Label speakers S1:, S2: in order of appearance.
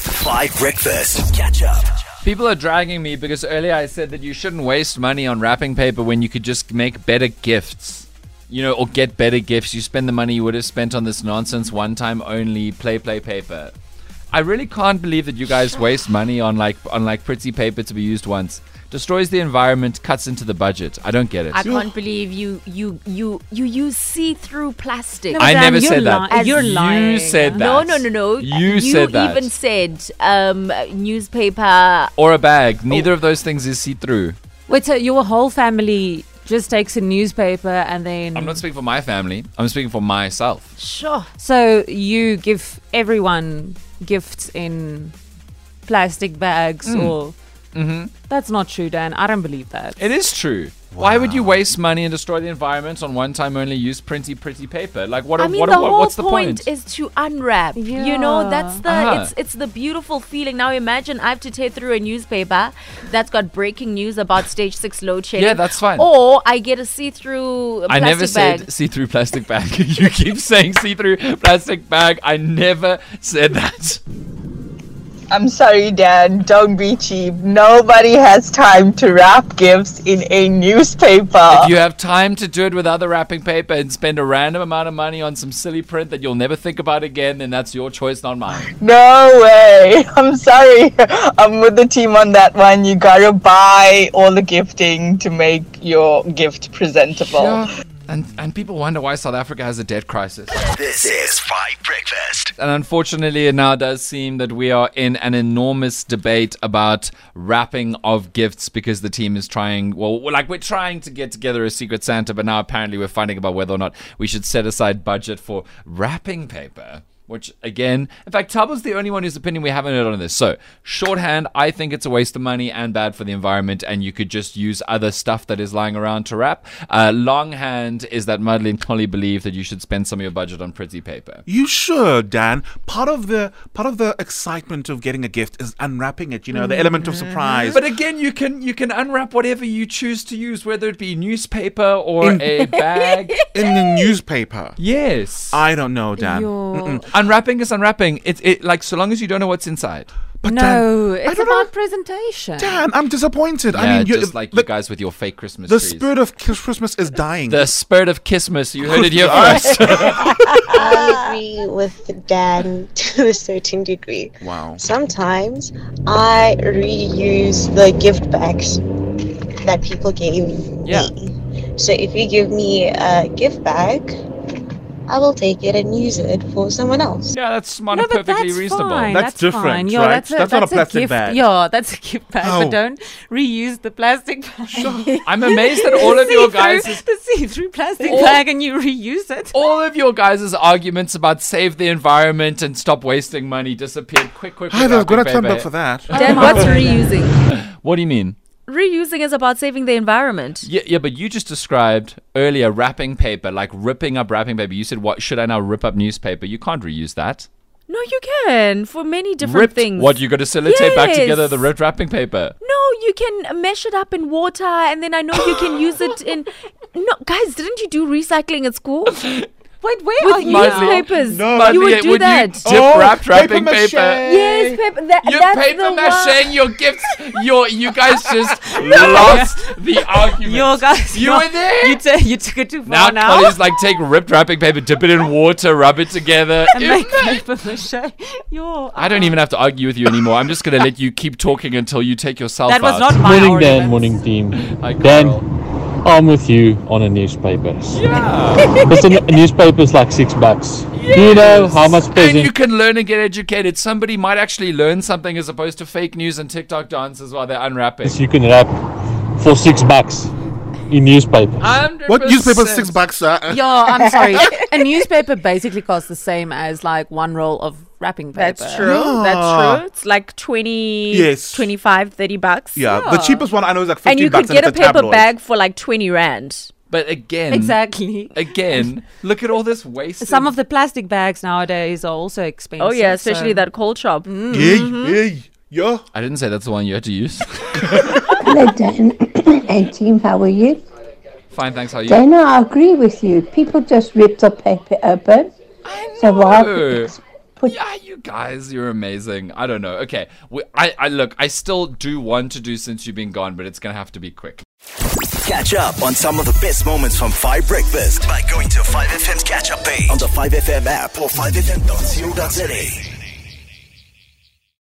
S1: Five Breakfast. Catch up.
S2: People are dragging me because earlier I said that you shouldn't waste money on wrapping paper when you could just make better gifts. You know, or get better gifts. You spend the money you would have spent on this nonsense one time only play play paper. I really can't believe that you guys waste money on like on like pretty paper to be used once. Destroys the environment, cuts into the budget. I don't get it.
S3: I can't believe you you you you use see-through plastic.
S2: I
S4: Sam,
S2: never
S4: you're
S2: said that.
S4: li- you're lying.
S2: You said that.
S3: no, no, no, no.
S2: You, said that.
S3: even said um, newspaper.
S2: or a
S3: Oh.
S2: bag. Neither of those things is see through.
S3: Mm.
S4: Wait, so your whole family just takes a newspaper and then.
S2: I'm not speaking for my family. I'm speaking for myself.
S3: Sure.
S4: so you give everyone gifts in plastic bags
S2: Mm.
S4: or.
S2: Mm-hmm.
S4: That's not true, Dan. I don't believe that.
S2: It is true. Why would you waste money and destroy the environment on one time only use printy pretty paper? Like what?
S3: I mean,
S2: what,
S3: the
S2: what-
S3: whole
S2: what's the
S3: point,
S2: point?
S3: is to unwrap. You know,
S4: Yeah.
S3: that's the
S2: Uh-huh.
S3: it's it's the beautiful feeling. Now imagine I have to tear through a newspaper that's got breaking news about stage six load shedding.
S2: Yeah, that's fine.
S3: Or I get a see-through.
S2: I
S3: plastic
S2: never
S3: bag.
S2: said see through plastic bag. you keep saying see through plastic bag. I never said that.
S5: I'm sorry, Dan. Don't be cheap. Nobody has time to wrap gifts in a newspaper.
S2: If you have time to do it with other wrapping paper and spend a random amount of money on some silly print that you'll never think about again, then that's your choice, not mine.
S5: No way. I'm sorry. I'm with the team on that one. You gotta buy all the gifting to make your gift presentable.
S2: Yeah. And and people wonder why South Africa has a debt crisis.
S1: This is Five Breakfast.
S2: And unfortunately, it now does seem that we are in an enormous debate about wrapping of gifts because the team is trying, well, we're like we're trying to get together a Secret Santa, but now apparently we're fighting about whether or not we should set aside budget for wrapping paper. Which again, in fact, Tabo's the only one whose opinion we haven't heard on this. So, shorthand, I think it's a waste of money and bad for the environment, and you could just use other stuff that is lying around to wrap. Uh, longhand is that Mudley and Collie believe that you should spend some of your budget on pretty paper.
S6: You sure, Dan? Part of the part of the excitement of getting a gift is unwrapping it. You know, the element of surprise.
S3: Mm-hmm.
S2: But again, you can you can unwrap whatever you choose to use, whether it be newspaper or
S6: In-
S2: a bag.
S6: in the newspaper,
S2: yes,
S6: I don't know, Dan.
S4: Your-
S2: unwrapping is unwrapping. It's it like so long as you don't know what's inside.
S6: But
S4: no,
S6: Dan, I
S4: it's
S6: don't
S4: about
S6: know.
S4: presentation.
S6: Dan, I'm disappointed.
S2: yeah,
S6: I mean, you-
S2: just like you
S6: the,
S2: guys with your fake Christmas
S6: the
S2: trees.
S6: spirit of Chris- Christmas is dying.
S2: the spirit of Christmas. You heard it here first.
S7: I agree with Dan to a certain degree.
S6: wow.
S7: Sometimes I reuse the gift bags that people gave
S2: Yeah.
S7: me. So if you give me a gift bag, I will take it and use it for someone else.
S2: yeah, that's smart
S4: No,
S2: and
S4: but
S2: perfectly
S4: that's
S2: reasonable.
S4: fine.
S6: That's different,
S4: fine. Yeah,
S6: right?
S4: That's, a,
S6: That's not a plastic
S4: gift.
S6: bag.
S4: Yeah, that's a gift bag.
S6: Oh.
S4: But don't reuse the plastic bag.
S2: I'm amazed that all of your guys.
S4: the see-through plastic
S2: All-
S4: bag and you reuse it.
S2: all of your guys' arguments about save the environment and stop wasting money disappeared quick, quick, quick.
S6: Hi, I've
S2: quick,
S6: got a
S2: babe,
S6: time
S2: babe.
S6: back for that.
S3: Dan, what's reusing?
S2: What do you mean?
S3: Reusing is about saving the environment.
S2: Yeah, yeah, but you just described earlier wrapping paper, like ripping up wrapping paper. You said, "What should I now rip up newspaper?" You can't reuse that.
S3: No, you can for many different
S2: Ripped
S3: things.
S2: what? You got to sellotape back together
S3: Yes.
S2: the ripped wrapping paper.
S3: No, you can mesh it up in water, and then I know you can use it in. No, guys, didn't you do recycling at school with
S4: Wait, where are you? now?
S3: newspapers? you would do that.
S2: You Oh, dip wrapped wrapping paper.
S3: Yes, paper. That,
S2: You're
S3: that's
S2: paper
S3: the
S2: mache.
S3: one.
S2: Your gifts. Your you guys just lost the argument.
S4: Yo, guys,
S2: You
S4: no,
S2: were there?
S4: You, t- you took it too
S2: now,
S4: far now.
S2: Polly's like take ripped wrapping paper, dip it in water, rub it together.
S4: and
S2: Ew,
S4: make
S2: no.
S4: paper mache. Yo,
S2: I don't even have to argue with you anymore. I'm just gonna let you keep talking until you take yourself
S4: That
S2: out.
S4: was not my
S8: Morning,
S4: argument.
S8: Dan. Morning, team.
S2: I got
S8: Dan,
S2: roll.
S8: I'm with you on a newspaper.
S2: Yeah.
S8: Listen, a newspaper's like six bucks. Do you know how much
S2: And
S8: present?
S2: you can learn and get educated. Somebody might actually learn something as opposed to fake news and TikTok dances while they're unwrapping.
S8: you can wrap for six bucks in newspaper.
S2: 100%.
S6: What newspaper? Six bucks, sir.
S4: Yo, I'm sorry. a newspaper basically costs the same as like one roll of wrapping paper.
S3: That's true. That's true. It's like 20,
S6: Yes.
S3: 25, 30 bucks.
S6: Yeah, the cheapest one I know is like fifteen
S3: And you
S6: bucks.
S3: could get a
S6: it's
S3: paper
S6: tabloid.
S3: bag for like 20 rand.
S2: But again,
S4: Exactly.
S2: again, look at all this waste.
S4: Some of the plastic bags nowadays are also expensive.
S3: Oh, yeah, especially
S4: so-
S3: that cold shop.
S6: Yeah,
S3: Mm-hmm.
S6: yeah, yeah.
S2: I didn't say that's the one you had to use.
S9: Hello, Dan and team. How are you?
S2: Fine, thanks. How are you?
S9: Dana, I agree with you. People just rip the paper open. uh, So why
S2: know.
S10: put
S2: Yeah, you guys, you're amazing. I don't know. Okay, we, I, I look, I still do want to do since you've been gone, but it's gonna have to be quick.
S6: Catch up on some of the best moments from 5 Breakfast by going to 5FM's catch up page on the 5FM app or 5FM.co.za.